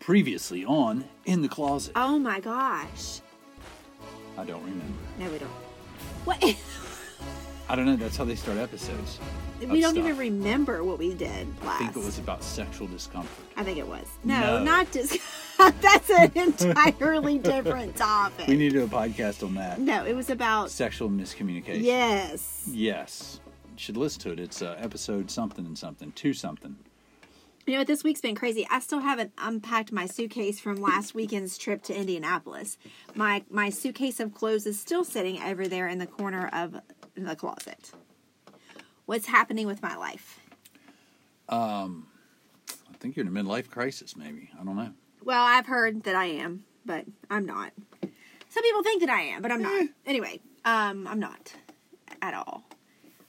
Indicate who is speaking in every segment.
Speaker 1: Previously on In the Closet.
Speaker 2: Oh my gosh.
Speaker 1: I don't remember.
Speaker 2: No, we don't. What? we
Speaker 1: I don't know. That's how they start episodes. That's
Speaker 2: don't
Speaker 1: stuff.
Speaker 2: even remember what we did last.
Speaker 1: I think it was about sexual discomfort.
Speaker 2: I think it was. No,
Speaker 1: No.
Speaker 2: not just. that's an entirely different topic.
Speaker 1: We need to do a podcast on that.
Speaker 2: no, it was about.
Speaker 1: Sexual miscommunication.
Speaker 2: Yes.
Speaker 1: Yes. You Should listen to it. It's uh, episode something and something, two something.
Speaker 2: You know what? This week's been crazy. I still haven't unpacked my suitcase from last weekend's trip to Indianapolis. My my suitcase of clothes is still sitting over there in the corner of the closet. What's happening with my life?
Speaker 1: I think you're in a midlife crisis, maybe. I don't know.
Speaker 2: Well, I've heard that I am, but I'm not. Some people think that I am, but I'm not. Anyway, um, I'm not at all.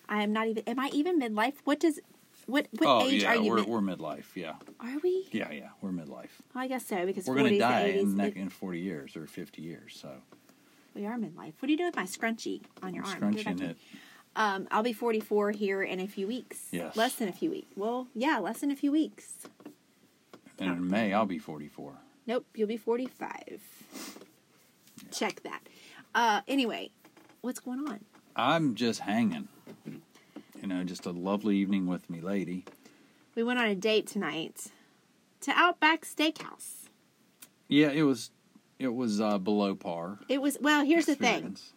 Speaker 2: I am not even. Am I even midlife? What does? What what
Speaker 1: oh,
Speaker 2: age
Speaker 1: yeah.
Speaker 2: are you?
Speaker 1: we're,
Speaker 2: mid-
Speaker 1: we're midlife. Yeah.
Speaker 2: are we?
Speaker 1: Yeah, yeah. We're midlife.
Speaker 2: Well, I guess so because
Speaker 1: We're
Speaker 2: 40s
Speaker 1: going to die
Speaker 2: to 80s.
Speaker 1: in,
Speaker 2: it-
Speaker 1: neck in 40 years or 50 years. So
Speaker 2: we are midlife. What do you do with my scrunchie on your
Speaker 1: I'm
Speaker 2: arm? Give
Speaker 1: scrunching
Speaker 2: back
Speaker 1: it.
Speaker 2: to me. Um, I'll be 44 here in a few weeks.
Speaker 1: Yes.
Speaker 2: Less than a few weeks. Well, yeah, less than a few weeks.
Speaker 1: And in May, I'll be 44.
Speaker 2: Nope, you'll be 45. Check that. Uh, anyway, what's going on?
Speaker 1: I'm just hanging. You know, just a lovely evening with me lady.
Speaker 2: We went on a date tonight to Outback Steakhouse.
Speaker 1: Yeah, it was it was uh, below par.
Speaker 2: It was well. Here's the thing:
Speaker 1: experience.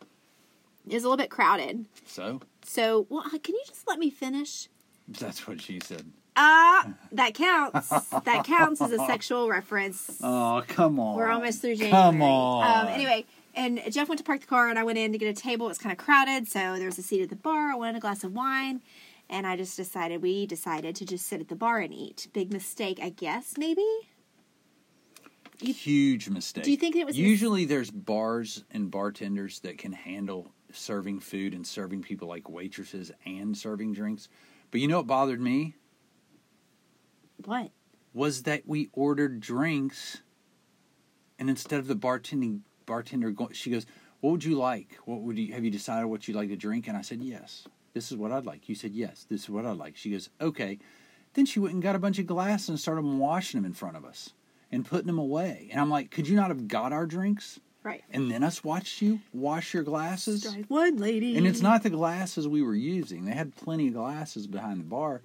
Speaker 2: it was a little bit crowded.
Speaker 1: So
Speaker 2: So, well, uh, can you just let me finish?
Speaker 1: that's what she said.
Speaker 2: Uh, that counts. that counts as a sexual reference.
Speaker 1: Oh, come on.
Speaker 2: We're almost through January.
Speaker 1: Come on.
Speaker 2: Um, anyway, and Jeff went to park the car, and I went in to get a table. It was kind of crowded, so there was a seat at the bar. I wanted a glass of wine, and I just decided we decided to just sit at the bar and eat. Big mistake, I guess. Maybe.
Speaker 1: huge mistake.
Speaker 2: Do you think it was mis-
Speaker 1: Usually there's bars and bartenders that can handle serving food and serving people like waitresses and serving drinks. But you know what bothered me
Speaker 2: What?
Speaker 1: was that we ordered drinks and instead of the bartending bartender going she goes, "What would you like? What would you have you decided what you'd like to drink?" And I said, "Yes. This is what I'd like." You said, "Yes. This is what I'd like." She goes, "Okay." Then she went and got a bunch of glasses and started washing them in front of us and putting them away. And I'm like, "Could you not have got our drinks?"
Speaker 2: Right.
Speaker 1: and then us watch you wash your glasses.
Speaker 2: Strike one lady.
Speaker 1: And it's not the glasses we were using. They had plenty of glasses behind the bar,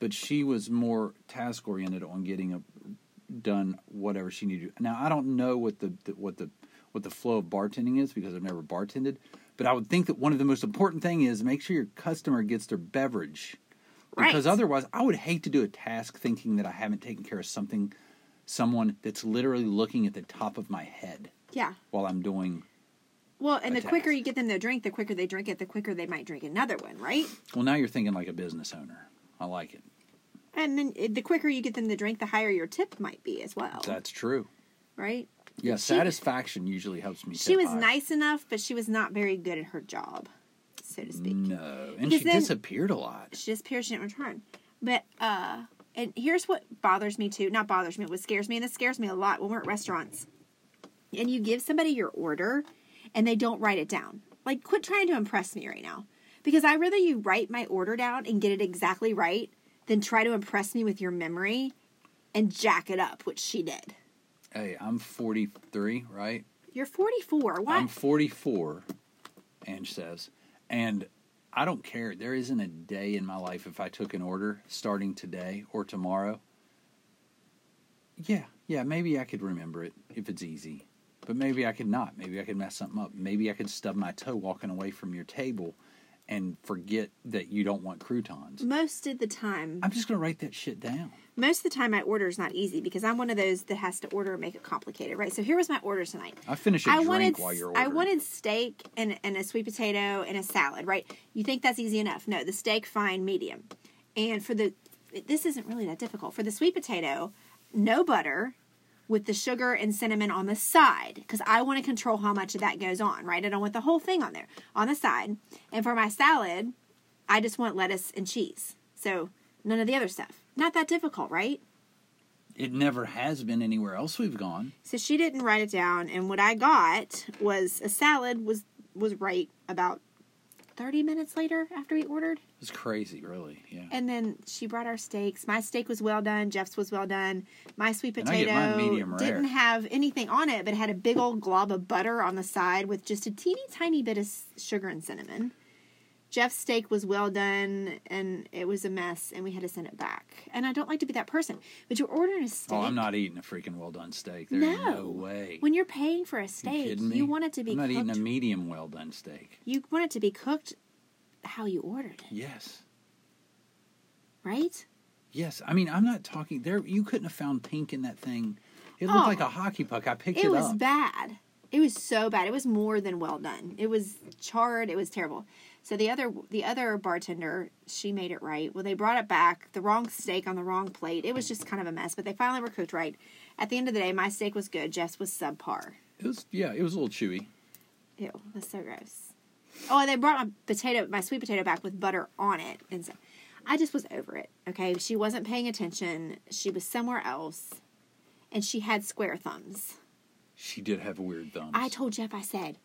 Speaker 1: but she was more task oriented on getting a, done whatever she needed. to. Now I don't know what the, the what the what the flow of bartending is because I've never bartended, but I would think that one of the most important thing is make sure your customer gets their beverage. Because
Speaker 2: Right.
Speaker 1: otherwise, I would hate to do a task thinking that I haven't taken care of something, someone that's literally looking at the top of my head
Speaker 2: Yeah.
Speaker 1: while I'm doing
Speaker 2: Well, and the
Speaker 1: Attacks.
Speaker 2: quicker you get them to drink, the quicker they drink it, the quicker they might drink another one, right?
Speaker 1: Well, now you're thinking like a business owner. I like it.
Speaker 2: And then uh, the quicker you get them to drink, the higher your tip might be as well,
Speaker 1: That's true.
Speaker 2: right?
Speaker 1: Yeah,
Speaker 2: She-
Speaker 1: satisfaction usually helps me.
Speaker 2: She
Speaker 1: tip
Speaker 2: was
Speaker 1: high.
Speaker 2: nice enough, but she was not very good at her job, so to speak.
Speaker 1: No, and
Speaker 2: Because
Speaker 1: she
Speaker 2: then-
Speaker 1: disappeared a lot.
Speaker 2: She disappeared. She didn't return. But uh, and here's what bothers me too. Not bothers me. What scares me, and this scares me a lot when we're at restaurants, and you give somebody your order, and they don't write it down. Like, quit trying to impress me right now, because I rather you write my order down and get it exactly right than try to impress me with your memory, and jack it up, which she did.
Speaker 1: Hey, I'm 43, right?
Speaker 2: You're 44. Why?
Speaker 1: I'm 44, Ange says, and I don't care. There isn't a day in my life if I took an order starting today or tomorrow. Yeah, yeah, maybe I could remember it if it's easy, but maybe I could not. Maybe I could mess something up. Maybe I could stub my toe walking away from your table and forget that you don't want croutons.
Speaker 2: most of the time,
Speaker 1: I'm just going to write that shit down.
Speaker 2: most of the time, my order is not easy because I'm one of those that has to order and make it complicated, right? So here was my order tonight.
Speaker 1: I finish a
Speaker 2: I
Speaker 1: drink
Speaker 2: wanted
Speaker 1: while you're ordering.
Speaker 2: I wanted steak and, and a sweet potato and a salad, right? You think that's easy enough? No, the steak fine, medium. And for the this isn't really that difficult. For the sweet potato, no butter with the sugar and cinnamon on the side cuz I want to control how much of that goes on, right? I don't want the whole thing on there on the side. And for my salad, I just want lettuce and cheese. So, none of the other stuff. Not that difficult, right?
Speaker 1: It never has been anywhere else we've gone.
Speaker 2: So she didn't write it down, and what I got was a salad was was right about 30 minutes later after we ordered.
Speaker 1: It's crazy, really. Yeah. And,
Speaker 2: And then she brought our steaks. My steak was well done. Jeff's was well done. My sweet
Speaker 1: And I get
Speaker 2: potato
Speaker 1: mine medium rare.
Speaker 2: didn't have anything on it, but it had a big old glob of butter on the side with just a teeny tiny bit of s- sugar and cinnamon. Jeff's steak was well done, and it was a mess, and we had to send it back. And I don't like to be that person, but you're ordering a steak.
Speaker 1: oh, I'm not eating a freaking well done steak. There's
Speaker 2: No.
Speaker 1: no, way.
Speaker 2: When you're paying for a
Speaker 1: you
Speaker 2: steak,
Speaker 1: kidding me?
Speaker 2: you want it to be
Speaker 1: I'm not
Speaker 2: cooked.
Speaker 1: eating a medium well done steak.
Speaker 2: you want it to be cooked how you ordered it,
Speaker 1: Yes.
Speaker 2: right?
Speaker 1: Yes. I mean, I'm not talking there. You couldn't have found pink in that thing. It looked
Speaker 2: Oh.
Speaker 1: like a hockey puck. I picked it,
Speaker 2: It was
Speaker 1: up.
Speaker 2: bad. It was so bad. It was more than well done. It was charred. It was terrible. So the other the other bartender, she made it right. Well, they brought it back. The wrong steak on the wrong plate. It was just kind of a mess. But they finally were cooked right. At the end of the day, my steak was good. Jeff's was subpar.
Speaker 1: It was yeah. It was a little chewy.
Speaker 2: Ew, that's so gross. Oh, and they brought my potato, my sweet potato back with butter on it, and so I just was over it. Okay, she wasn't paying attention. She was somewhere else, and she had square thumbs.
Speaker 1: She did have weird thumbs.
Speaker 2: I told Jeff, I said,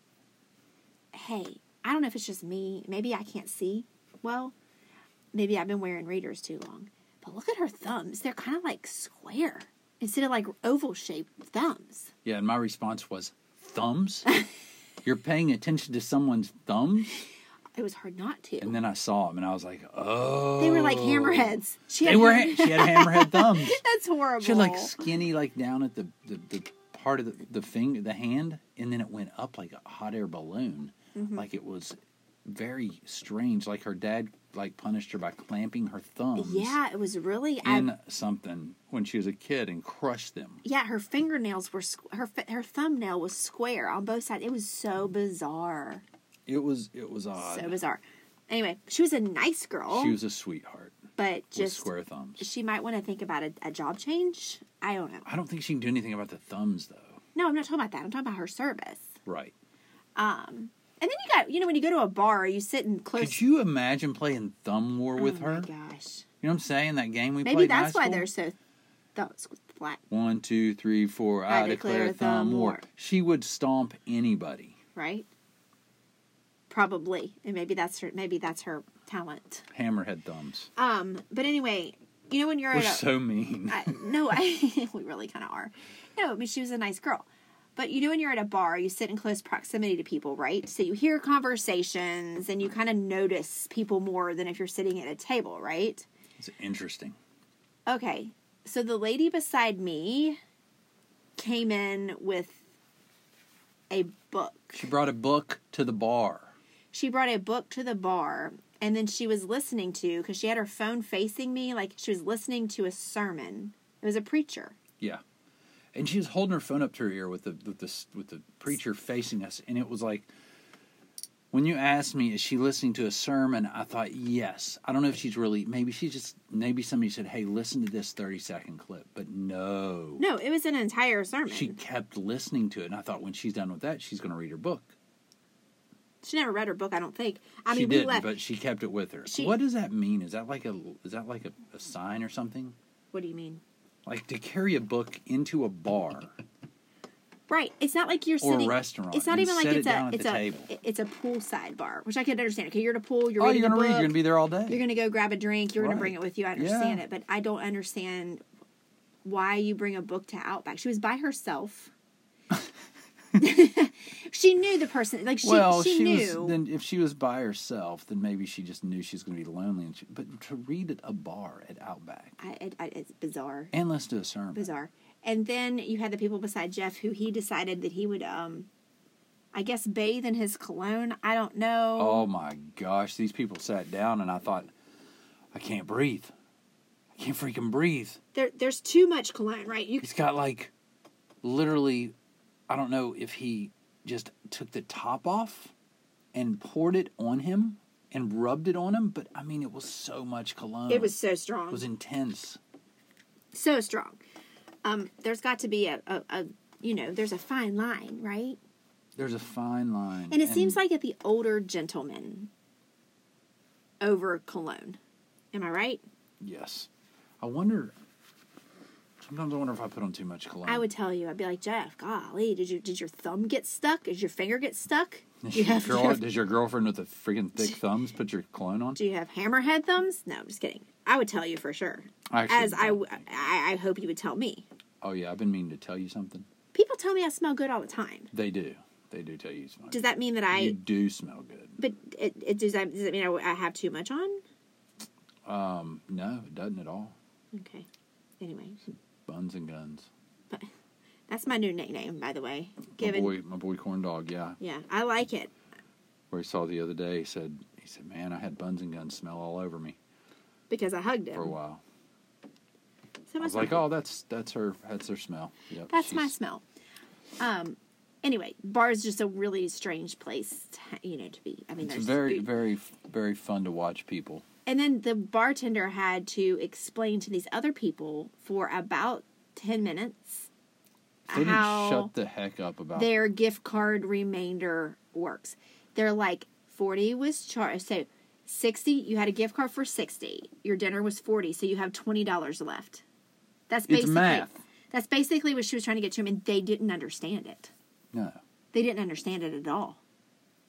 Speaker 2: hey, I don't know if it's just me. Maybe I can't see. Well, maybe I've been wearing readers too long. But look at her thumbs. They're kind of like square instead of like oval shaped thumbs.
Speaker 1: Yeah, and my response was thumbs. You're paying attention to someone's thumbs,
Speaker 2: It was hard not to.
Speaker 1: and then I saw them, and I was like, oh.
Speaker 2: they were like hammerheads. She
Speaker 1: They were. ha- She had hammerhead thumbs.
Speaker 2: That's horrible.
Speaker 1: She had like skinny, like down at the the, the part of the, the finger, the hand, and then it went up like a hot air balloon.
Speaker 2: Mm-hmm.
Speaker 1: Like it was very strange. Like her dad like punished her by clamping her thumbs
Speaker 2: yeah, it was really.
Speaker 1: in
Speaker 2: I,
Speaker 1: something when she was a kid and crushed them.
Speaker 2: yeah, her fingernails were squ- her fi- her thumbnail was square on both sides. It was so bizarre,
Speaker 1: It was it was odd.
Speaker 2: so bizarre. Anyway, she was a nice girl,
Speaker 1: She was a sweetheart
Speaker 2: but
Speaker 1: with
Speaker 2: just
Speaker 1: square thumbs.
Speaker 2: she might want to think about a, a job change. I don't know.
Speaker 1: I don't think she can do anything about the thumbs though.
Speaker 2: No, I'm not talking about that. I'm talking about her service.
Speaker 1: Right.
Speaker 2: And then you got, you know, when you go to a bar, you sit in close.
Speaker 1: Could you imagine playing thumb war with
Speaker 2: oh
Speaker 1: her?
Speaker 2: My
Speaker 1: You know
Speaker 2: gosh,
Speaker 1: what I'm saying? That game we
Speaker 2: maybe
Speaker 1: played. in high
Speaker 2: that's why
Speaker 1: school?
Speaker 2: they're so th- flat,
Speaker 1: One, two, three, four. I, declare, thumb war. She would stomp anybody.
Speaker 2: right? Probably, and maybe that's her. Maybe that's her talent.
Speaker 1: Hammerhead thumbs.
Speaker 2: Um, but anyway, you know when you're
Speaker 1: We're
Speaker 2: at a,
Speaker 1: so mean.
Speaker 2: I, no, I, we really kind of are. No, I mean she was a nice girl, but you know when you're at a bar, you sit in close proximity to people, right? So you hear conversations and you kind of notice people more than if you're sitting at a table, right?
Speaker 1: it's interesting.
Speaker 2: Okay, so the lady beside me came in with a book.
Speaker 1: She brought a book to the bar.
Speaker 2: She brought a book to the bar. And then she was listening to, because she had her phone facing me, like she was listening to a sermon. It was a preacher.
Speaker 1: Yeah. And she was holding her phone up to her ear with the with the with the preacher facing us, and it was like. When you asked me, is she listening to a sermon? I thought, yes. I don't know if she's really. Maybe she just. Maybe somebody said, "Hey, listen to this thirty-second clip," but no.
Speaker 2: No, it was an entire sermon.
Speaker 1: She kept listening to it, and I thought, when she's done with that, she's going to read her book.
Speaker 2: She never read her book, I don't think. I
Speaker 1: she
Speaker 2: mean, we
Speaker 1: didn't,
Speaker 2: left.
Speaker 1: but she kept it with her.
Speaker 2: She-
Speaker 1: what does that mean? Is that like a is that like a, a sign or something?
Speaker 2: What do you mean?
Speaker 1: Like to carry a book into a bar?
Speaker 2: Right. It's not like you're
Speaker 1: Or a
Speaker 2: sitting
Speaker 1: restaurant,
Speaker 2: It's not
Speaker 1: and
Speaker 2: even like
Speaker 1: set
Speaker 2: it's
Speaker 1: it down
Speaker 2: a
Speaker 1: at
Speaker 2: it's
Speaker 1: the
Speaker 2: a
Speaker 1: table.
Speaker 2: it- it's a poolside bar, which I could understand. Okay, you're at a pool. You're
Speaker 1: oh,
Speaker 2: reading
Speaker 1: you're gonna
Speaker 2: the book.
Speaker 1: read. You're gonna be there all day.
Speaker 2: You're gonna go grab a drink. You're gonna bring it
Speaker 1: Right.
Speaker 2: with you. I understand
Speaker 1: Yeah.
Speaker 2: it, but I don't understand why you bring a book to Outback. She was by herself. she knew the person. Like she
Speaker 1: well,
Speaker 2: she, knew.
Speaker 1: was. Then if she was by herself, then maybe she just knew she was gonna be lonely. And she, but to read at a bar at Outback
Speaker 2: I, it, I, it's bizarre.
Speaker 1: and listen to a sermon.
Speaker 2: bizarre. And then you had the people beside Jeff who he decided that he would, um, I guess, bathe in his cologne. I don't know.
Speaker 1: Oh my gosh, these people sat down, and I thought, I can't breathe. I can't freaking breathe.
Speaker 2: There, there's too much cologne, right? You,
Speaker 1: He's got like literally I don't know if he just took the top off and poured it on him and rubbed it on him, but I mean it was so much cologne.
Speaker 2: it was so strong,
Speaker 1: it uh, was intense.
Speaker 2: so strong. Um, there's got to be a, a, a, you know, there's a fine line, right?
Speaker 1: There's a fine line.
Speaker 2: And it seems like at the older gentleman over cologne. Am I right?
Speaker 1: yes. I wonder Sometimes I wonder if I put on too much cologne.
Speaker 2: I would tell you, I'd be like, Jeff, golly, did you did your thumb get stuck? Is your finger get stuck? Do you have,
Speaker 1: Girl, does your girlfriend with the freaking thick thumbs put your cologne on?
Speaker 2: do you have hammerhead thumbs? No, I'm just kidding. I would tell you for sure.
Speaker 1: I actually
Speaker 2: As I,
Speaker 1: don't
Speaker 2: w- I, I hope you would tell me.
Speaker 1: Oh yeah, I've been meaning to tell you something.
Speaker 2: People tell me I smell good all the time.
Speaker 1: They do. They do tell you you smell.
Speaker 2: Does
Speaker 1: good.
Speaker 2: that mean that I?
Speaker 1: you do smell good?
Speaker 2: but it, it does that does it mean I, I have too much on?
Speaker 1: Um, no, it doesn't at all.
Speaker 2: Okay. Anyway,
Speaker 1: Buns and guns.
Speaker 2: that's my new nickname, by the way. Given.
Speaker 1: My boy, my boy, corn dog. Yeah,
Speaker 2: Yeah, I like it.
Speaker 1: where he saw the other day, he said, he said, man, I had buns and guns smell all over me
Speaker 2: because I hugged him.
Speaker 1: for a while.
Speaker 2: So
Speaker 1: I was like, oh, that's that's her that's her smell. Yep,
Speaker 2: that's my
Speaker 1: she's-
Speaker 2: smell. Um, anyway, bar is just a really strange place, to, ha- you know, to be. I mean,
Speaker 1: It's
Speaker 2: there's
Speaker 1: very
Speaker 2: food.
Speaker 1: very very fun to watch people.
Speaker 2: and then the bartender had to explain to these other people for about ten minutes
Speaker 1: They didn't
Speaker 2: how
Speaker 1: shut the heck up about.
Speaker 2: their gift card remainder works. They're like forty was charged, so sixty. You had a gift card for sixty. Your dinner was forty, so you have twenty dollars left. That's
Speaker 1: It's
Speaker 2: basically
Speaker 1: math.
Speaker 2: that's basically what she was trying to get to him, and they didn't understand it.
Speaker 1: No,
Speaker 2: They didn't understand it at all.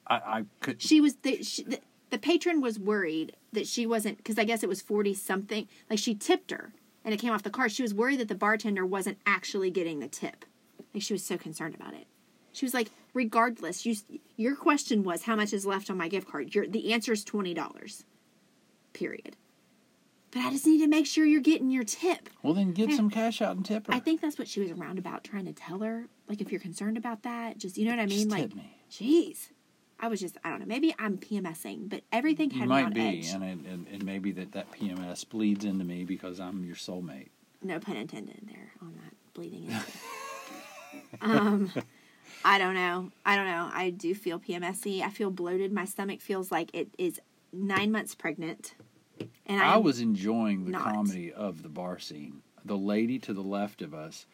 Speaker 1: I I could.
Speaker 2: She was the she, the, the patron was worried that she wasn't because I guess it was forty something. Like she tipped her, and it came off the card. She was worried that the bartender wasn't actually getting the tip. Like she was so concerned about it. She was like, regardless, you s- your question was how much is left on my gift card. Your the answer is twenty dollars. Period. But I just need to make sure you're getting your tip.
Speaker 1: Well, then get some cash out and tip her.
Speaker 2: I think that's what she was around about trying to tell her. Like, if you're concerned about that, just you know what I mean.
Speaker 1: Just
Speaker 2: like,
Speaker 1: hit me.
Speaker 2: jeez, I was just I don't know. Maybe I'm PMSing, but everything had
Speaker 1: You
Speaker 2: me on
Speaker 1: might be,
Speaker 2: edge.
Speaker 1: and it, and and maybe that that PMS bleeds into me because I'm your soulmate.
Speaker 2: No pun intended there on that bleeding. Into. um, I don't know. I don't know. I do feel PMSy. I feel bloated. My stomach feels like it is nine months pregnant, and
Speaker 1: I
Speaker 2: I'm-
Speaker 1: was enjoying the
Speaker 2: not.
Speaker 1: comedy of the bar scene. The lady to the left of us,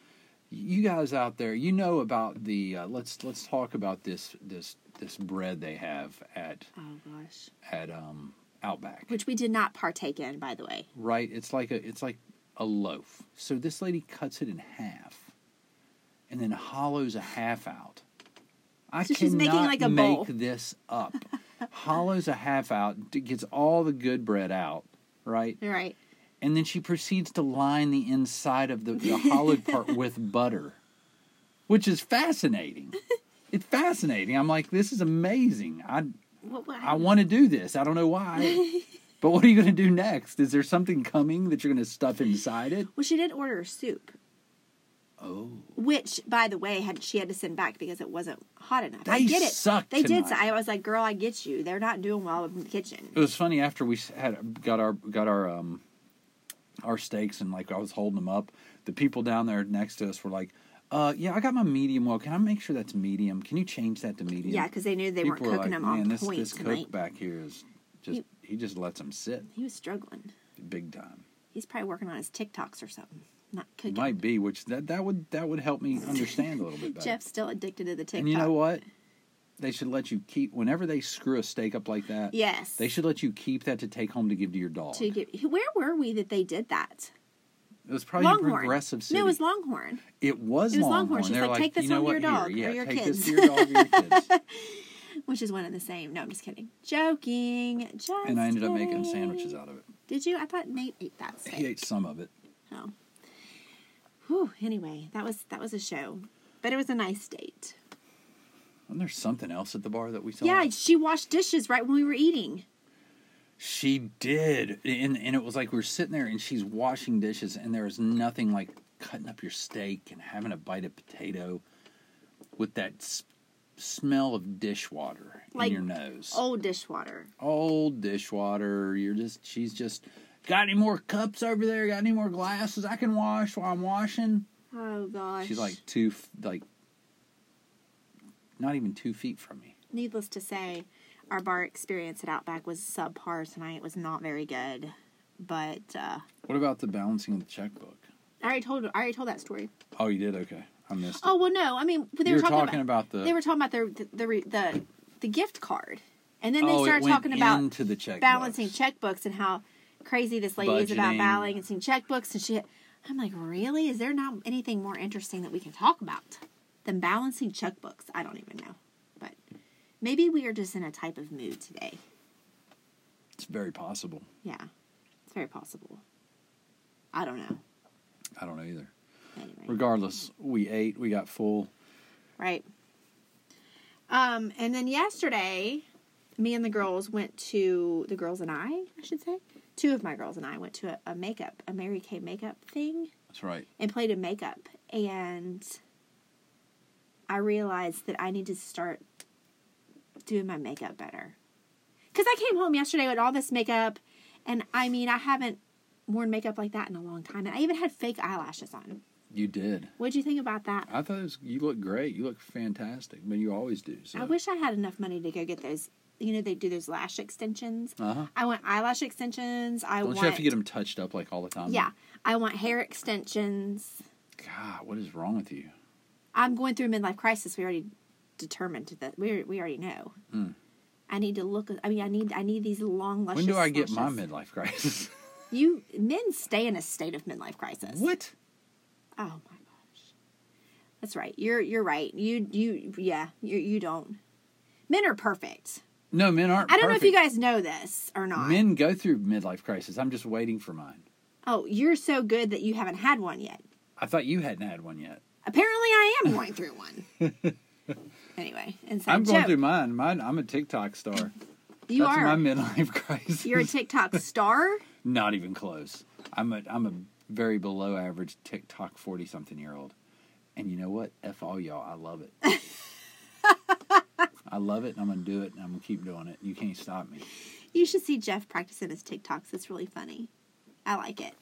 Speaker 1: you guys out there, you know about the. Uh, let's let's talk about this this this bread they have at
Speaker 2: Oh gosh,
Speaker 1: at um Outback.
Speaker 2: which we did not partake in, by the way.
Speaker 1: right? It's like a it's like a loaf. So this lady cuts it in half, and then hollows a half out. I
Speaker 2: So
Speaker 1: cannot
Speaker 2: she's making like a
Speaker 1: make
Speaker 2: bowl.
Speaker 1: this up. hollows a half out, d- gets all the good bread out, right?
Speaker 2: All right.
Speaker 1: And then she proceeds to line the inside of the, the hollowed part with butter, which is fascinating. It's fascinating. I'm like, this is amazing. I
Speaker 2: What, what,
Speaker 1: I want to do this. I don't know why. but what are you going to do next? Is there something coming that you're going to stuff inside it?
Speaker 2: Well, she did order soup.
Speaker 1: Oh.
Speaker 2: which by the way had she had to send back because it wasn't hot enough. I
Speaker 1: They
Speaker 2: get it.
Speaker 1: suck
Speaker 2: they did. So
Speaker 1: tonight.
Speaker 2: I was like, "Girl, I get you. They're not doing well in the kitchen."
Speaker 1: It was funny after we had got our got our um our steaks and like I was holding them up. The people down there next to us were like, "Uh, yeah, I got my medium well. Can I make sure that's medium? Can you change that to medium?"
Speaker 2: Yeah, because they knew they weren't
Speaker 1: were
Speaker 2: cooking them on
Speaker 1: "Man, this,
Speaker 2: point
Speaker 1: this
Speaker 2: tonight.
Speaker 1: cook back here is just
Speaker 2: You-
Speaker 1: he just lets them sit
Speaker 2: He was struggling.
Speaker 1: big time.
Speaker 2: He's probably working on his TikToks or something. Not
Speaker 1: It
Speaker 2: cooking.
Speaker 1: might be which that that would that would help me understand a little bit better.
Speaker 2: Jeff's still addicted to the TikTok.
Speaker 1: And you know what? They should let you keep whenever they screw a steak up like that.
Speaker 2: Yes.
Speaker 1: They should let you keep that to take home to give to your dog.
Speaker 2: To get, where were we that they did that?
Speaker 1: it was probably a
Speaker 2: Longhorn.
Speaker 1: progressive city.
Speaker 2: No, it was Longhorn.
Speaker 1: it was
Speaker 2: it was Longhorn.
Speaker 1: Longhorn.
Speaker 2: She's
Speaker 1: They're
Speaker 2: like, "Take this
Speaker 1: you know
Speaker 2: home to
Speaker 1: what?
Speaker 2: your dog
Speaker 1: Here,
Speaker 2: or
Speaker 1: yeah,
Speaker 2: your
Speaker 1: take this
Speaker 2: kids."
Speaker 1: to your dog or your kids.
Speaker 2: Which is one and the same. No, I'm just kidding. Joking. Just
Speaker 1: And I ended up making
Speaker 2: kidding.
Speaker 1: sandwiches out of it.
Speaker 2: Did you? I thought Nate ate that. steak.
Speaker 1: He ate some of it.
Speaker 2: Oh. Whew, anyway, that was that was a show. But it was a nice date.
Speaker 1: And there's something else at the bar that we saw.
Speaker 2: Yeah, she washed dishes right when we were eating.
Speaker 1: She did. And and it was like we were sitting there and she's washing dishes and there was nothing like cutting up your steak and having a bite of potato with that s- smell of dishwater
Speaker 2: Like oh.
Speaker 1: in your nose.
Speaker 2: Old dishwater.
Speaker 1: Old dishwater. You're just she's just got any more cups over there? Got any more glasses I can wash while I'm washing?
Speaker 2: Oh gosh.
Speaker 1: She's like two f- like not even 2 feet from me.
Speaker 2: needless to say, our bar experience at Outback was subpar tonight. It was not very good. But uh
Speaker 1: What about the balancing of the checkbook?
Speaker 2: I already told I already told that story.
Speaker 1: Oh, you did. Okay. I missed it.
Speaker 2: Oh well no, I mean they
Speaker 1: you
Speaker 2: were
Speaker 1: were
Speaker 2: talking, about,
Speaker 1: the
Speaker 2: they were talking about their the the, re- the the gift card. And then they
Speaker 1: oh,
Speaker 2: started
Speaker 1: it went
Speaker 2: talking about
Speaker 1: into the checkbook.
Speaker 2: balancing checkbooks and how crazy this lady is about
Speaker 1: Budgeting.
Speaker 2: balancing checkbooks and she I'm like, really? Is there not anything more interesting that we can talk about than balancing checkbooks? I don't even know. But maybe we are just in a type of mood today.
Speaker 1: It's very possible.
Speaker 2: Yeah, it's very possible. I don't know.
Speaker 1: I don't know either.
Speaker 2: Anyway,
Speaker 1: Regardless, we ate, we got full.
Speaker 2: right. Um, and then yesterday, me and the girls went to the girls and I, I should say, two of my girls and I went to a, a makeup, a Mary Kay makeup thing.
Speaker 1: That's right.
Speaker 2: and played in makeup and I realized that I need to start doing my makeup better. Cuz I came home yesterday with all this makeup and I mean I haven't worn makeup like that in a long time and I even had fake eyelashes on.
Speaker 1: You did.
Speaker 2: What'd you think about that?
Speaker 1: I thought it was, you looked great. You look fantastic. I mean, you always do. So.
Speaker 2: I wish I had enough money to go get those you know they do those lash extensions.
Speaker 1: Uh-huh.
Speaker 2: I want eyelash extensions. I
Speaker 1: Don't
Speaker 2: want
Speaker 1: you have to get them touched up like all the time?
Speaker 2: Yeah. I want hair extensions.
Speaker 1: God, what is wrong with you?
Speaker 2: I'm going through a midlife crisis. We already determined that we we already know. I need to look. I mean, I need I need these long luscious.
Speaker 1: Hmm. When do I get my
Speaker 2: lashes.
Speaker 1: midlife crisis?
Speaker 2: You men stay in a state of midlife crisis.
Speaker 1: what?
Speaker 2: Oh my gosh, that's right. You're you're right. You you yeah. You you don't. Men are perfect.
Speaker 1: No, men aren't.
Speaker 2: I don't know if you
Speaker 1: perfect.
Speaker 2: guys know this or not.
Speaker 1: Men go through midlife crisis. I'm just waiting for mine.
Speaker 2: Oh, you're so good that you haven't had one yet.
Speaker 1: I thought you hadn't had one yet.
Speaker 2: Apparently, I am going through one. anyway, inside
Speaker 1: I'm going
Speaker 2: joke.
Speaker 1: through mine. Mine. I'm a TikTok star.
Speaker 2: You
Speaker 1: That's
Speaker 2: are.
Speaker 1: my midlife crisis.
Speaker 2: You're a TikTok star.
Speaker 1: Not even close. I'm a I'm a very below average TikTok forty something year old. And you know what? F all y'all. I love it. I love it and I'm gonna do it and I'm gonna keep doing it. You can't stop me.
Speaker 2: You should see Jeff practicing his TikToks. It's really funny. I like it.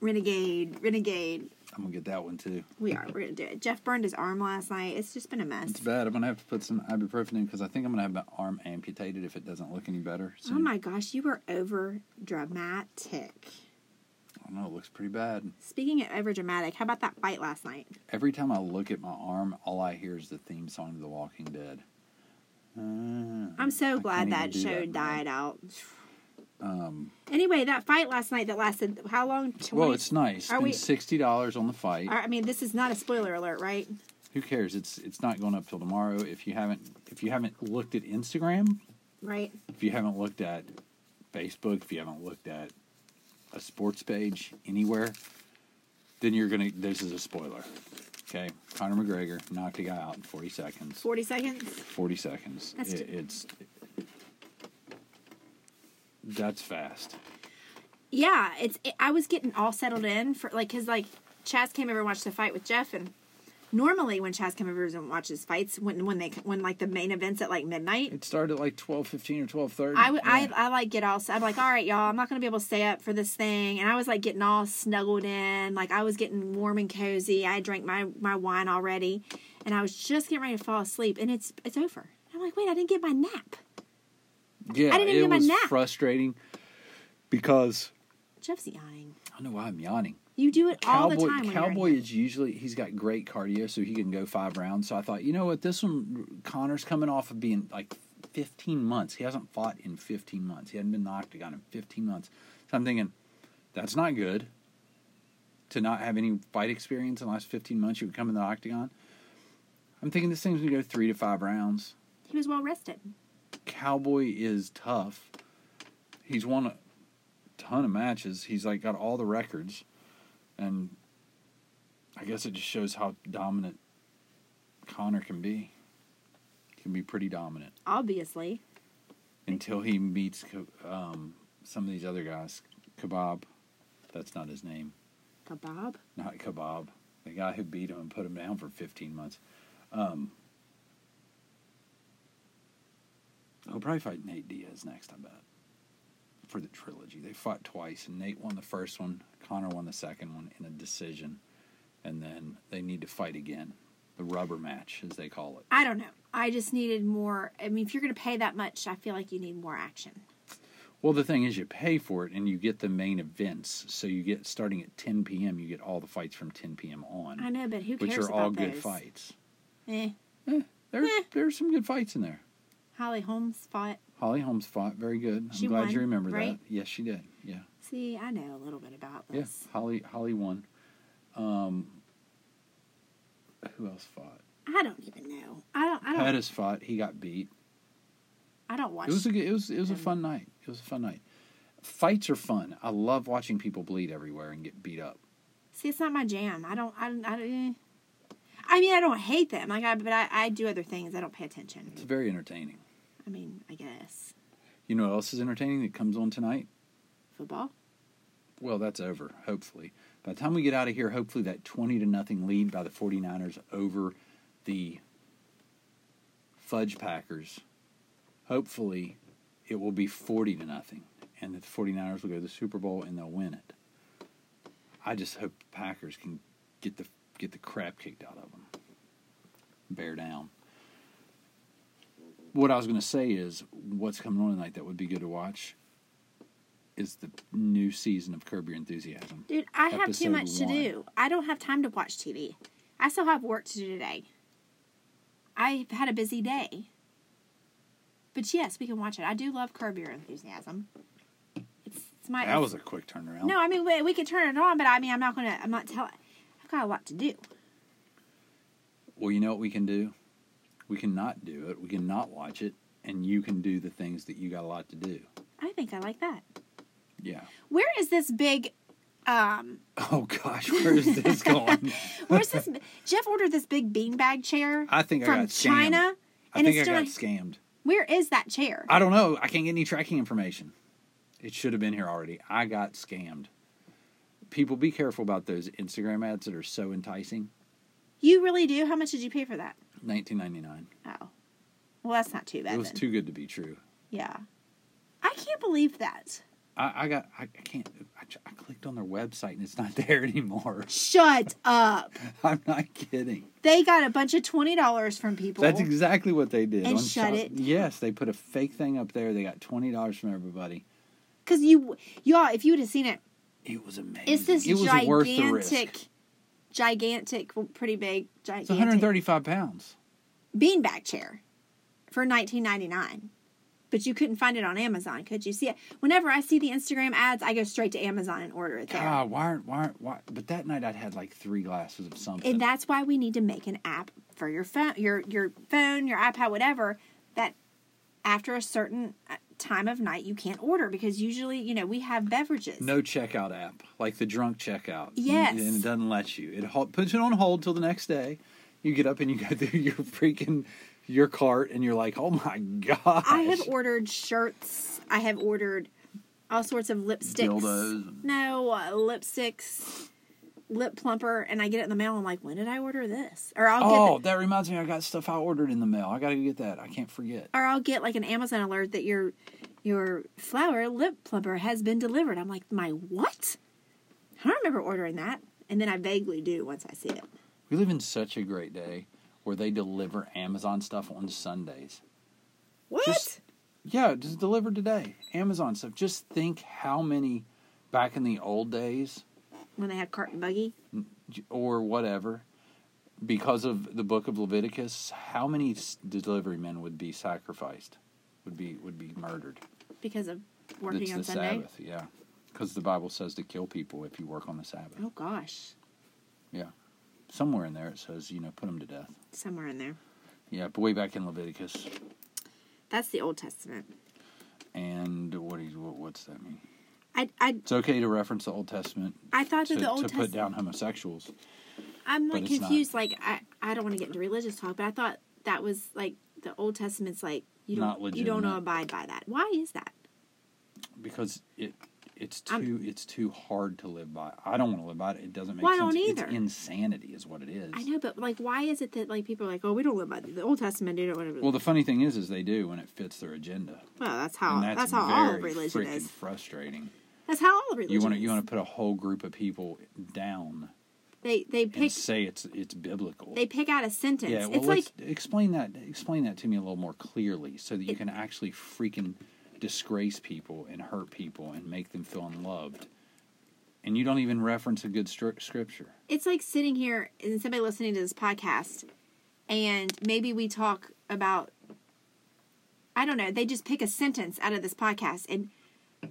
Speaker 2: Renegade, renegade.
Speaker 1: I'm gonna get that one too.
Speaker 2: We are. We're gonna do it. Jeff burned his arm last night. It's just been a mess.
Speaker 1: It's bad. I'm gonna have to put some ibuprofen in because I think I'm gonna have my arm amputated if it doesn't look any better.
Speaker 2: Oh
Speaker 1: So
Speaker 2: my gosh, you were over dramatic.
Speaker 1: I don't know, it looks pretty bad.
Speaker 2: Speaking of over dramatic, how about that fight last night?
Speaker 1: Every time I look at my arm, all I hear is the theme song to The Walking Dead. Uh,
Speaker 2: I'm so
Speaker 1: I
Speaker 2: glad
Speaker 1: can't
Speaker 2: that
Speaker 1: even do
Speaker 2: show
Speaker 1: that, man.
Speaker 2: died out. anyway, that fight last night that lasted how long? 20?
Speaker 1: Well, it's nice.
Speaker 2: Are
Speaker 1: Spend
Speaker 2: we-
Speaker 1: sixty dollars on the fight.
Speaker 2: I mean, this is not a spoiler alert, right?
Speaker 1: Who cares? It's it's not going up till tomorrow. If you haven't if you haven't looked at Instagram,
Speaker 2: Right.
Speaker 1: if you haven't looked at Facebook, if you haven't looked at a sports page anywhere, then you're gonna. This is a spoiler. Okay, Conor McGregor knocked a guy out in forty seconds.
Speaker 2: Forty seconds.
Speaker 1: Forty seconds.
Speaker 2: That's
Speaker 1: It-
Speaker 2: too-
Speaker 1: it's that's fast.
Speaker 2: yeah it's it, i was getting all settled in for like because like chaz came over and watched the fight with jeff and normally when chaz comes over and watches fights when when they when like the main events at like midnight
Speaker 1: It started at like twelve fifteen or twelve thirty.
Speaker 2: I, would I, I like get all i'm like all right y'all i'm not gonna be able to stay up for this thing and i was like getting all snuggled in like i was getting warm and cozy i drank my my wine already and i was just getting ready to fall asleep and it's it's over i'm like wait i didn't get my nap
Speaker 1: yeah,
Speaker 2: I didn't even
Speaker 1: it
Speaker 2: get my
Speaker 1: was
Speaker 2: nap.
Speaker 1: frustrating because
Speaker 2: jeff's yawning
Speaker 1: I don't know why I'm yawning.
Speaker 2: you do it all
Speaker 1: Cowboy,
Speaker 2: the time when you're in
Speaker 1: Cowboy
Speaker 2: here.
Speaker 1: is usually he's got great cardio, so he can go five rounds. So I thought, you know what, this one Connor's coming off of being like 15 months. He hasn't fought in 15 months. He hadn't been knocked out in 15 months. So I'm thinking, that's not good. To not have any fight experience in the last 15 months, you would come in the octagon. I'm thinking this thing's gonna go three to five rounds.
Speaker 2: he was well rested
Speaker 1: Cowboy is tough. He's won a ton of matches. He's like got all the records, and I guess it just shows how dominant Connor can be. He can be pretty dominant
Speaker 2: obviously
Speaker 1: until he meets Ka- um, some of these other guys. Kebab, that's not his name.
Speaker 2: kebab
Speaker 1: Not Kebab, the guy who beat him and put him down for 15 months. Um, he'll probably fight Nate Diaz next, I bet, for the trilogy. They fought twice, and Nate won the first one, Connor won the second one in a decision, and then they need to fight again. The rubber match, as they call it.
Speaker 2: I don't know. I just needed more. I mean, if you're going to pay that much, I feel like you need more action.
Speaker 1: Well, the thing is, you pay for it and you get the main events. So you get starting at 10 p.m., you get all the fights from 10 p.m. on,
Speaker 2: I know, but who cares
Speaker 1: which are
Speaker 2: about
Speaker 1: all good
Speaker 2: those?
Speaker 1: fights.
Speaker 2: Eh.
Speaker 1: There,
Speaker 2: Eh.
Speaker 1: there's some good fights in there.
Speaker 2: Holly Holmes fought.
Speaker 1: Holly Holmes fought very good. I'm
Speaker 2: She
Speaker 1: glad
Speaker 2: won,
Speaker 1: you remember
Speaker 2: right?
Speaker 1: that. Yes, she did. Yeah.
Speaker 2: See, I know a little bit about
Speaker 1: Yeah,
Speaker 2: this.
Speaker 1: Holly Holly won. Um, who else fought?
Speaker 2: I don't even know. I don't. I don't.
Speaker 1: Pettis fought. He got beat.
Speaker 2: I don't watch.
Speaker 1: It was a good, it was it was a fun night. It was a fun night. Fights are fun. I love watching people bleed everywhere and get beat up.
Speaker 2: See, it's not my jam. I don't. I don't. I, don't- eh. I mean, I don't hate them. Like, I but I, I do other things. I don't pay attention.
Speaker 1: It's very entertaining.
Speaker 2: I mean, I guess
Speaker 1: You know what else is entertaining that comes on tonight?
Speaker 2: football.
Speaker 1: Well, that's over, hopefully. By the time we get out of here, hopefully that 20 to nothing lead by the 49ers over the Fudge Packers, hopefully it will be 40 to nothing and that the 49ers will go to the Super Bowl and they'll win it. I just hope the Packers can get the get the crap kicked out of them. Bear down. What I was going to say is what's coming on tonight that would be good to watch is the new season of Curb Your Enthusiasm.
Speaker 2: Dude, I have too
Speaker 1: Episode
Speaker 2: much to
Speaker 1: one.
Speaker 2: do. I don't have time to watch TV. I still have work to do today. I've had a busy day. But yes, we can watch it. I do love Curb Your Enthusiasm. It's, it's my
Speaker 1: That was a quick turnaround.
Speaker 2: no. I mean, we, we could turn it on, but I mean, I'm not gonna. I'm not telling. I've got a lot to do.
Speaker 1: Well, you know what we can do? We cannot do it. We cannot watch it. And you can do the things that you got a lot to do.
Speaker 2: I think I like that.
Speaker 1: Yeah.
Speaker 2: Where is this big? Um,
Speaker 1: Oh, gosh, where is this going?
Speaker 2: where's this? Jeff ordered this big beanbag chair
Speaker 1: I think I
Speaker 2: from
Speaker 1: got scammed.
Speaker 2: China,
Speaker 1: I
Speaker 2: and
Speaker 1: think I
Speaker 2: it's
Speaker 1: got
Speaker 2: doing.
Speaker 1: scammed.
Speaker 2: Where is that chair?
Speaker 1: I don't know. I can't get any tracking information. It should have been here already. I got scammed. People, be careful about those Instagram ads that are so enticing.
Speaker 2: You really do? How much did you pay for that?
Speaker 1: 1999.
Speaker 2: Oh. Well, that's not too bad.
Speaker 1: It was
Speaker 2: then.
Speaker 1: too good to be true.
Speaker 2: Yeah. I can't believe that.
Speaker 1: I, I got. I, I can't. I, ch- I clicked on their website and it's not there anymore.
Speaker 2: Shut up.
Speaker 1: I'm not kidding.
Speaker 2: They got a bunch of $20 from people.
Speaker 1: That's exactly what they did.
Speaker 2: And shut
Speaker 1: Shop-
Speaker 2: it.
Speaker 1: Yes, they put a fake thing up there. They got twenty dollars from everybody.
Speaker 2: Cuz you y'all, if you would have seen it,
Speaker 1: It was amazing.
Speaker 2: it's this
Speaker 1: it was worth the risk.
Speaker 2: gigantic gigantic, well, pretty big
Speaker 1: It's 135
Speaker 2: gigantic
Speaker 1: pounds.
Speaker 2: beanbag chair for 19.99. But you couldn't find it on Amazon, could you? See it. Whenever I see the Instagram ads, I go straight to Amazon and order it there.
Speaker 1: God, why aren't why aren't why? But that night I'd had like three glasses of something.
Speaker 2: and that's why we need to make an app for your phone your your phone your ipad whatever that after a certain uh, time of night you can't order because usually you know we have beverages
Speaker 1: no checkout app, like the drunk checkout.
Speaker 2: Yes.
Speaker 1: And it doesn't let you. It hol- puts it on hold till the next day. You get up and you go through your freaking your cart and you're like, oh my god.
Speaker 2: i have ordered shirts i have ordered all sorts of lipsticks
Speaker 1: Dildos.
Speaker 2: no uh, lipsticks lip plumper and i get it in the mail i'm like when did i order this or i'll get
Speaker 1: Oh,
Speaker 2: the-
Speaker 1: that reminds me. I got stuff I ordered in the mail. I gotta go get that. I can't forget.
Speaker 2: or I'll get like an Amazon alert that your your flower lip plumper has been delivered. I'm like, my what? I don't remember ordering that, and then I vaguely do once I see it.
Speaker 1: We live in such a great day where they deliver Amazon stuff on Sundays.
Speaker 2: What?
Speaker 1: Just- Yeah, just deliver today. Amazon stuff. Just think how many back in the old days
Speaker 2: when they had cart and buggy,
Speaker 1: or whatever, because of the book of Leviticus, how many s- delivery men would be sacrificed, would be would be murdered?
Speaker 2: because of working
Speaker 1: it's
Speaker 2: on
Speaker 1: the
Speaker 2: Sunday.
Speaker 1: Sabbath, yeah, because the Bible says to kill people if you work on the Sabbath.
Speaker 2: Oh gosh,
Speaker 1: Yeah, somewhere in there it says you know put them to death.
Speaker 2: somewhere in there.
Speaker 1: Yeah, but way back in Leviticus,
Speaker 2: That's the Old Testament.
Speaker 1: and what do you, what, what's that mean?
Speaker 2: I I
Speaker 1: It's okay to reference the Old Testament
Speaker 2: I thought
Speaker 1: to,
Speaker 2: that the Old
Speaker 1: to put
Speaker 2: Testament.
Speaker 1: down homosexuals.
Speaker 2: I'm
Speaker 1: but
Speaker 2: like
Speaker 1: it's not.
Speaker 2: confused. Like I I don't want to get into religious talk, but I thought that was like the Old Testament's like you don't
Speaker 1: Not
Speaker 2: you don't
Speaker 1: legitimate.
Speaker 2: abide by that. Why is that?
Speaker 1: because it it's too
Speaker 2: I'm-
Speaker 1: it's too hard to live by. I don't want to live by it. It doesn't make
Speaker 2: Well, I
Speaker 1: sense.
Speaker 2: don't either.
Speaker 1: It's insanity is what it is.
Speaker 2: I know, but like, why is it that like people are like, oh, we don't live by the Old Testament, they don't whatever.
Speaker 1: Well,
Speaker 2: Well,
Speaker 1: the funny thing is, is they do when it fits their agenda.
Speaker 2: that's how
Speaker 1: and
Speaker 2: Oh,
Speaker 1: that's,
Speaker 2: that's, how
Speaker 1: very
Speaker 2: all religion
Speaker 1: freaking
Speaker 2: is.
Speaker 1: frustrating.
Speaker 2: That's how all religion.
Speaker 1: You want to
Speaker 2: is.
Speaker 1: you want to put a whole group of people down
Speaker 2: They they
Speaker 1: and
Speaker 2: pick
Speaker 1: say it's it's biblical.
Speaker 2: they pick out a sentence.
Speaker 1: yeah, well,
Speaker 2: it's like
Speaker 1: let's explain that explain that to me a little more clearly so that you can actually freaking disgrace people and hurt people and make them feel unloved. And you don't even reference a good stri- scripture.
Speaker 2: it's like sitting here and somebody listening to this podcast, and maybe we talk about. I don't know. They just pick a sentence out of this podcast, and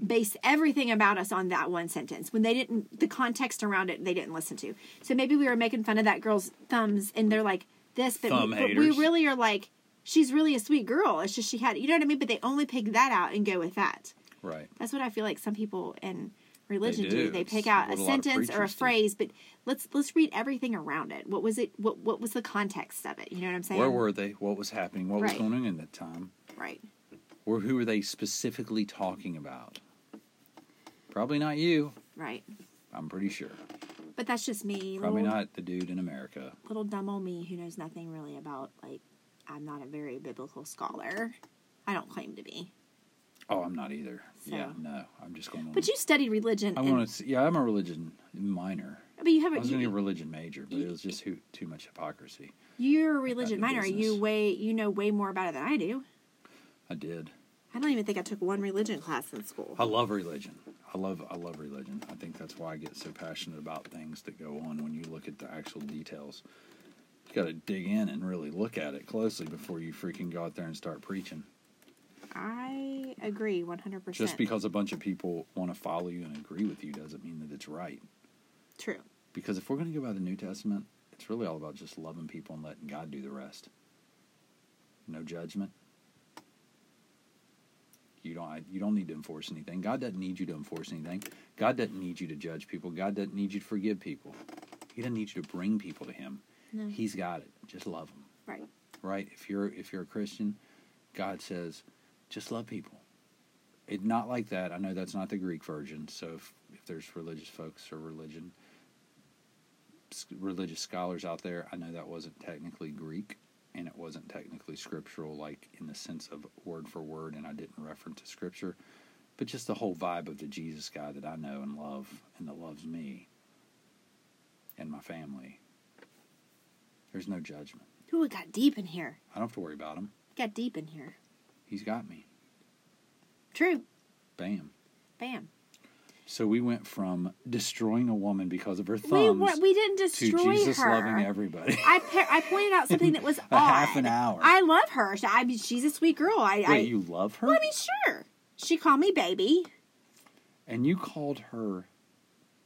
Speaker 2: base everything about us on that one sentence when they didn't the context around it they didn't listen to so maybe we were making fun of that girl's thumbs and they're like this but,
Speaker 1: Thumb
Speaker 2: we, but we
Speaker 1: haters.
Speaker 2: really are like she's really a sweet girl it's just she had you know what i mean but they only pick that out and go with that
Speaker 1: Right.
Speaker 2: that's what i feel like some people in religion
Speaker 1: They
Speaker 2: do.
Speaker 1: do.
Speaker 2: they
Speaker 1: It's
Speaker 2: pick out a
Speaker 1: what a lot of
Speaker 2: sentence or a
Speaker 1: preachers do.
Speaker 2: phrase but let's let's read everything around it what was it what what was the context of it you know what i'm saying
Speaker 1: Where were they? What was happening? What
Speaker 2: Right.
Speaker 1: was going on in that time?
Speaker 2: right
Speaker 1: Or who were they specifically talking about? Probably not you.
Speaker 2: right
Speaker 1: I'm pretty sure.
Speaker 2: but that's just me
Speaker 1: Probably
Speaker 2: little-
Speaker 1: not the dude in America.
Speaker 2: little dumb old me who knows nothing really about like I'm not a very biblical scholar. I don't claim to be.
Speaker 1: Oh, I'm not either. Yeah,
Speaker 2: So-
Speaker 1: no. I'm just going. On.
Speaker 2: But you studied religion
Speaker 1: I
Speaker 2: and,
Speaker 1: want to. Yeah, I'm a religion minor.
Speaker 2: but you
Speaker 1: I
Speaker 2: haven't
Speaker 1: was going to be a
Speaker 2: you,
Speaker 1: religion major, but it was just who, too much hypocrisy.
Speaker 2: you're a religion
Speaker 1: Got
Speaker 2: minor.
Speaker 1: your
Speaker 2: You
Speaker 1: business.
Speaker 2: way you know way more about it than I do.
Speaker 1: I did.
Speaker 2: I don't even think I took one religion class in school.
Speaker 1: I love religion. I love I love religion. I think that's why I get so passionate about things that go on when you look at the actual details. You got to dig in and really look at it closely before you freaking go out there and start preaching.
Speaker 2: I agree 100%.
Speaker 1: Just because a bunch of people want to follow you and agree with you doesn't mean that it's right.
Speaker 2: True.
Speaker 1: Because if we're going to go by the New Testament, it's really all about just loving people and letting God do the rest. No judgment. You don't you don't need to enforce anything. God doesn't need you to enforce anything. God doesn't need you to judge people. God doesn't need you to forgive people. He doesn't need you to bring people to him.
Speaker 2: No.
Speaker 1: He's got it. Just love them.
Speaker 2: Right.
Speaker 1: Right? If you're if you're a Christian, God says, just love people. It not like that. I know that's not the Greek version. So if, if there's religious folks or religion s- religious scholars out there, I know that wasn't technically Greek and it wasn't technically scriptural, like in the sense of word for word, and I didn't reference to scripture, but just the whole vibe of the Jesus guy that I know and love and that loves me and my family. There's no judgment.
Speaker 2: Ooh, it got deep in here.
Speaker 1: I don't have to worry about him.
Speaker 2: It got deep in here.
Speaker 1: He's got me.
Speaker 2: True.
Speaker 1: Bam.
Speaker 2: Bam.
Speaker 1: So we went from destroying a woman because of her
Speaker 2: we
Speaker 1: thumbs
Speaker 2: were, we didn't
Speaker 1: to
Speaker 2: destroy
Speaker 1: Jesus
Speaker 2: her.
Speaker 1: loving everybody.
Speaker 2: I par- I pointed out something that was
Speaker 1: A half
Speaker 2: odd.
Speaker 1: an hour.
Speaker 2: I love her. She- I mean, she's a sweet girl. I, I
Speaker 1: Wait, you love her?
Speaker 2: Well, I mean, sure. She called me baby,
Speaker 1: and you called her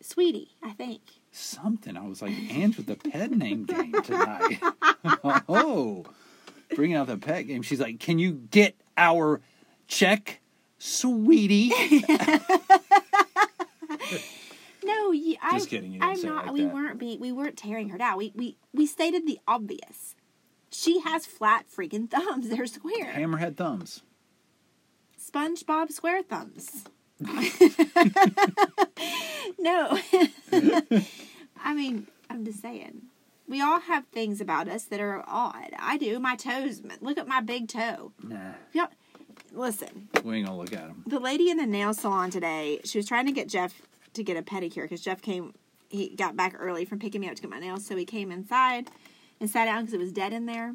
Speaker 2: sweetie. I think.
Speaker 1: something. I was like, Ange with the pet name game tonight. oh, bringing out the pet game. She's like, can you get our check, sweetie?
Speaker 2: No, you, I,
Speaker 1: Just kidding, you didn't
Speaker 2: I'm
Speaker 1: say it
Speaker 2: not.
Speaker 1: like
Speaker 2: we
Speaker 1: that.
Speaker 2: weren't. Be, we weren't tearing her down. We we we stated the obvious. She has flat freaking thumbs. They're square.
Speaker 1: Hammerhead thumbs.
Speaker 2: SpongeBob Square Thumbs. no. I mean, I'm just saying. We all have things about us that are odd. I do. My toes. Look at my big toe.
Speaker 1: Nah,
Speaker 2: Y'all, listen.
Speaker 1: we ain't gonna look at them.
Speaker 2: the lady in the nail salon today, she was trying to get Jeff to get a pedicure because Jeff came, he got back early from picking me up to get my nails. So he came inside and sat down because it was dead in there.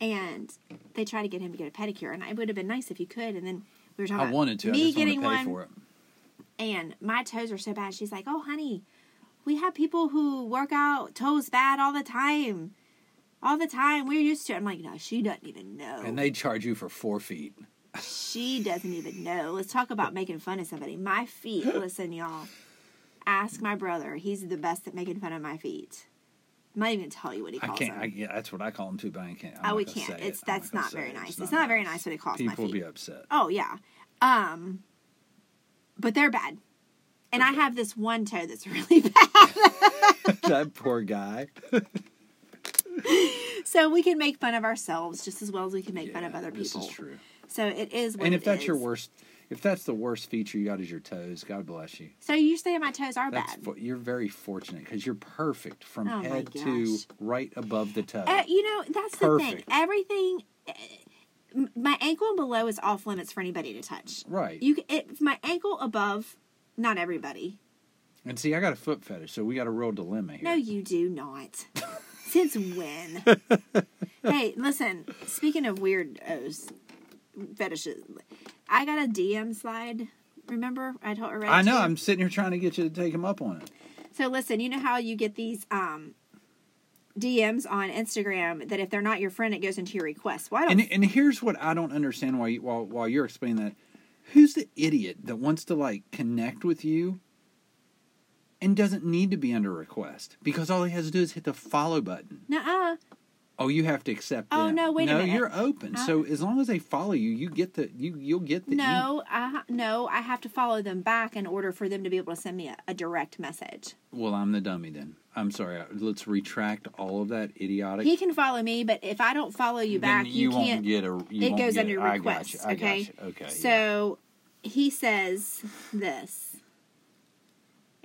Speaker 2: And they tried to get him to get a pedicure. And it would have been nice if you could. And then we were talking
Speaker 1: I
Speaker 2: about
Speaker 1: wanted to. I
Speaker 2: me
Speaker 1: just wanted to
Speaker 2: getting
Speaker 1: pay
Speaker 2: one.
Speaker 1: for it.
Speaker 2: And my toes are so bad. She's like, oh, honey, we have people who work out toes bad all the time. All the time. We're used to it. I'm like, no, she doesn't even know.
Speaker 1: And they charge you for four feet.
Speaker 2: She doesn't even know. Let's talk about making fun of somebody. My feet, listen, y'all. Ask my brother. He's the best at making fun of my feet. I'm not even tell you what he
Speaker 1: I
Speaker 2: calls
Speaker 1: can't. I,
Speaker 2: them.
Speaker 1: yeah, that's what I call them too, but I can't. I'm
Speaker 2: oh,
Speaker 1: not
Speaker 2: we
Speaker 1: gonna say
Speaker 2: can't.
Speaker 1: it.
Speaker 2: It's
Speaker 1: I'm
Speaker 2: that's
Speaker 1: gonna
Speaker 2: not,
Speaker 1: say
Speaker 2: very
Speaker 1: it.
Speaker 2: nice. It's, not, very nice what he calls
Speaker 1: People
Speaker 2: my
Speaker 1: will
Speaker 2: feet.
Speaker 1: be upset.
Speaker 2: Oh yeah. Um but they're bad. And I have this one toe that's really bad.
Speaker 1: that poor guy.
Speaker 2: So we can make fun of ourselves just as well as we can make fun of
Speaker 1: Yeah,
Speaker 2: other people.
Speaker 1: This is true.
Speaker 2: So it is what
Speaker 1: and
Speaker 2: it
Speaker 1: if that's your
Speaker 2: is.
Speaker 1: worst, if that's the worst feature you got is your toes, God bless you.
Speaker 2: So you're saying my toes are
Speaker 1: That's
Speaker 2: bad.
Speaker 1: fo- you're very fortunate because you're perfect from
Speaker 2: Oh my
Speaker 1: head to
Speaker 2: gosh.
Speaker 1: right above the toe.
Speaker 2: Uh, you know, that's the thing.
Speaker 1: Perfect.
Speaker 2: Everything, eh, m- my ankle and below is off limits for anybody to touch.
Speaker 1: right.
Speaker 2: You, c- it, my ankle above, not everybody.
Speaker 1: and see, I got a foot fetish, so we got a real dilemma here.
Speaker 2: No, you do not. Since when? hey, listen. Speaking of weirdos, fetishes, I got a DM slide. Remember, I told her.
Speaker 1: I know. I'm sitting here trying to get you to take him up on it.
Speaker 2: So listen, you know how you get these um DMs on Instagram that if they're not your friend, it goes into your request. Well, I don't
Speaker 1: And and here's what I don't understand why you, while while you're explaining that, who's the idiot that wants to like connect with you and doesn't need to be under request because all he has to do is hit the follow button.
Speaker 2: Nuh-uh.
Speaker 1: Oh, you have to accept.
Speaker 2: Oh,
Speaker 1: them.
Speaker 2: no, wait a
Speaker 1: no,
Speaker 2: minute.
Speaker 1: you're open.
Speaker 2: Uh,
Speaker 1: so as long as they follow you, you get the you you'll get the e-
Speaker 2: No, I ha- no, I have to follow them back in order for them to be able to send me a, a direct message.
Speaker 1: well, I'm the dummy then. I'm sorry. I- Let's retract all of that idiotic.
Speaker 2: He can follow me, but if I don't follow you
Speaker 1: then
Speaker 2: back, you,
Speaker 1: won't
Speaker 2: can't.
Speaker 1: get a. You
Speaker 2: it
Speaker 1: won't
Speaker 2: goes
Speaker 1: get
Speaker 2: under
Speaker 1: I
Speaker 2: request.
Speaker 1: Got you, I
Speaker 2: okay.
Speaker 1: Got you. Okay. yeah.
Speaker 2: So he says this.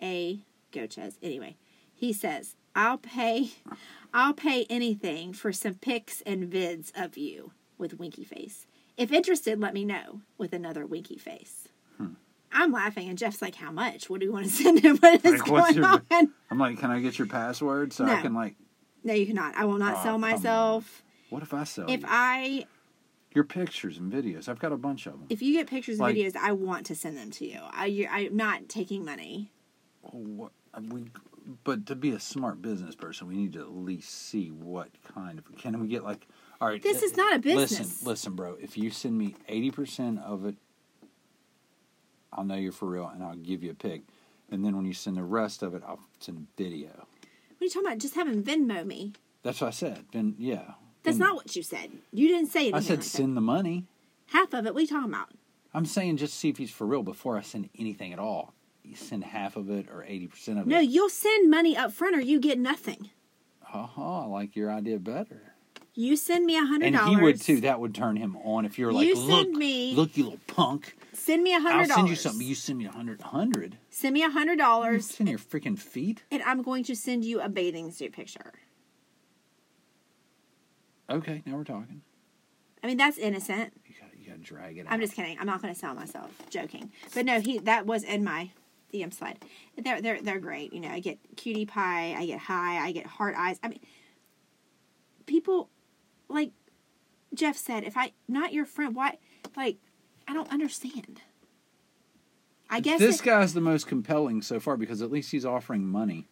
Speaker 2: A Goches. Anyway, he says, "I'll pay, I'll pay anything for some pics and vids of you with winky face. If interested, let me know with another winky face."
Speaker 1: Hmm.
Speaker 2: I'm laughing, and Jeff's like, "How much? What do you want to send him? What is
Speaker 1: Like, what's
Speaker 2: going
Speaker 1: your-
Speaker 2: on?"
Speaker 1: I'm like, can I get your password so I
Speaker 2: No.
Speaker 1: can like?
Speaker 2: No, you cannot. I will not
Speaker 1: Oh,
Speaker 2: sell
Speaker 1: come on.
Speaker 2: myself.
Speaker 1: What if I sell
Speaker 2: If
Speaker 1: you?
Speaker 2: I
Speaker 1: your pictures and videos? I've got a bunch of them.
Speaker 2: if you get pictures and
Speaker 1: Like-
Speaker 2: videos, I want to send them to you. I you, I'm not taking money.
Speaker 1: Oh, what we but to be a smart business person we need to at least see what kind of can we get like all right
Speaker 2: This
Speaker 1: eh,
Speaker 2: is not a business.
Speaker 1: listen listen bro if you send me 80% of it i'll know you're for real and i'll give you a pig and then when you send the rest of it i'll send a video
Speaker 2: What are you talking about? Just have him Venmo me.
Speaker 1: that's what i said then yeah
Speaker 2: That's
Speaker 1: Then-
Speaker 2: not what you said. You didn't say anything.
Speaker 1: Mm. i said
Speaker 2: like that.
Speaker 1: send the money
Speaker 2: half of it. What are you talking about?
Speaker 1: i'm saying just see if he's for real before i send anything at all you send half of it or 80% of
Speaker 2: No,
Speaker 1: it
Speaker 2: you'll send money up front or you get nothing.
Speaker 1: uh-huh, i like your idea better
Speaker 2: You send me a hundred
Speaker 1: And
Speaker 2: dollars.
Speaker 1: he would too. That would turn him on if you're like,
Speaker 2: You
Speaker 1: look,
Speaker 2: send me-
Speaker 1: look, you little punk.
Speaker 2: Send me a
Speaker 1: I'll
Speaker 2: hundred dollars.
Speaker 1: send you something. You send me a hundred, a hundred.
Speaker 2: send me a hundred
Speaker 1: You
Speaker 2: dollars,
Speaker 1: send your freaking feet.
Speaker 2: and I'm going to send you a bathing suit picture.
Speaker 1: Okay, now we're talking.
Speaker 2: I mean, that's innocent.
Speaker 1: You got, you got to drag it.
Speaker 2: I'm
Speaker 1: out.
Speaker 2: just kidding. I'm not going to sell myself. Joking. But no, he that was in my DM slide. They're they're they're great. You know, I get cutie pie, I get high, I get heart eyes. I mean, people like Jeff said, if I not your friend, why? Like, I don't understand. I guess
Speaker 1: This
Speaker 2: it-
Speaker 1: guy's the most compelling so far because at least he's offering money.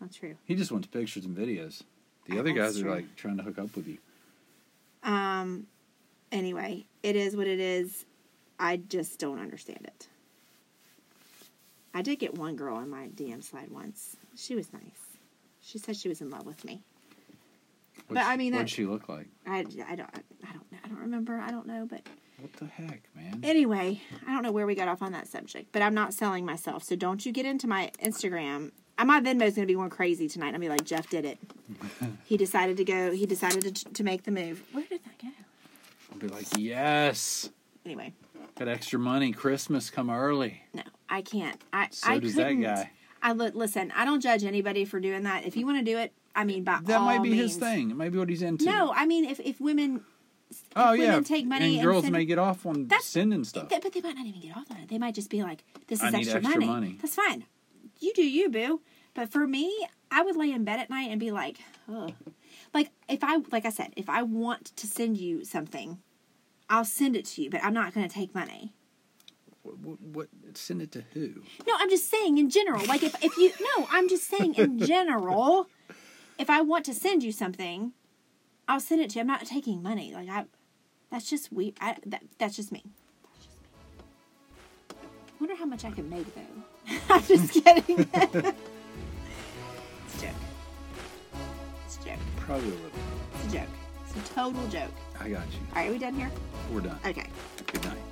Speaker 2: That's true.
Speaker 1: He just wants pictures and videos. The other
Speaker 2: That's
Speaker 1: guys
Speaker 2: true.
Speaker 1: are like trying to hook up with you.
Speaker 2: Um. Anyway, it is what it is. I just don't understand it. I did get one girl on my DM slide once. She was nice. She said she was in love with me. But,
Speaker 1: What's-
Speaker 2: I mean,
Speaker 1: what'd
Speaker 2: that-
Speaker 1: she look like?
Speaker 2: I, I don't I don't know. I don't remember. I don't know. But
Speaker 1: What the heck, man?
Speaker 2: anyway, I don't know where we got off on that subject. But I'm not selling myself, so don't you get into my Instagram. Uh, My Venmo's gonna be going crazy tonight. I'll be like, Jeff did it. he decided to go. He decided to, to make the move. Where did that go?
Speaker 1: I'll be like, yes,
Speaker 2: Anyway.
Speaker 1: got extra money. Christmas come early.
Speaker 2: No, I can't. I
Speaker 1: So
Speaker 2: I
Speaker 1: does that
Speaker 2: couldn't.
Speaker 1: guy.
Speaker 2: I look. Listen, I don't judge anybody for doing that. If you want to do it, I mean, by
Speaker 1: That
Speaker 2: all
Speaker 1: might be
Speaker 2: means.
Speaker 1: his thing. It might be what he's into.
Speaker 2: No, I mean, if if women,
Speaker 1: oh
Speaker 2: if
Speaker 1: yeah,
Speaker 2: women take money
Speaker 1: and
Speaker 2: and
Speaker 1: girls
Speaker 2: send-
Speaker 1: may get off on
Speaker 2: That's-
Speaker 1: sending stuff.
Speaker 2: they, but they might not even get off on it. They might just be like, "This is
Speaker 1: I need
Speaker 2: extra,
Speaker 1: extra
Speaker 2: money.
Speaker 1: money.
Speaker 2: That's fine. You do you, boo. But for me, I would lay in bed at night and be like, oh, like if I like I said, if I want to send you something, I'll send it to you. But I'm not going to take money.
Speaker 1: What, what, send it to who?
Speaker 2: No, I'm just saying in general. Like if, if you no, I'm just saying in general. If I want to send you something, I'll send it to you. I'm not taking money. Like I, that's just we. I that, that's just me. That's just me. Wonder how much I could make though. I'm just kidding. it's a joke. It's a joke.
Speaker 1: Probably. a little-
Speaker 2: It's a joke. It's a total joke.
Speaker 1: I got you.
Speaker 2: All right, are we done here?
Speaker 1: We're done.
Speaker 2: Okay.
Speaker 1: Good night.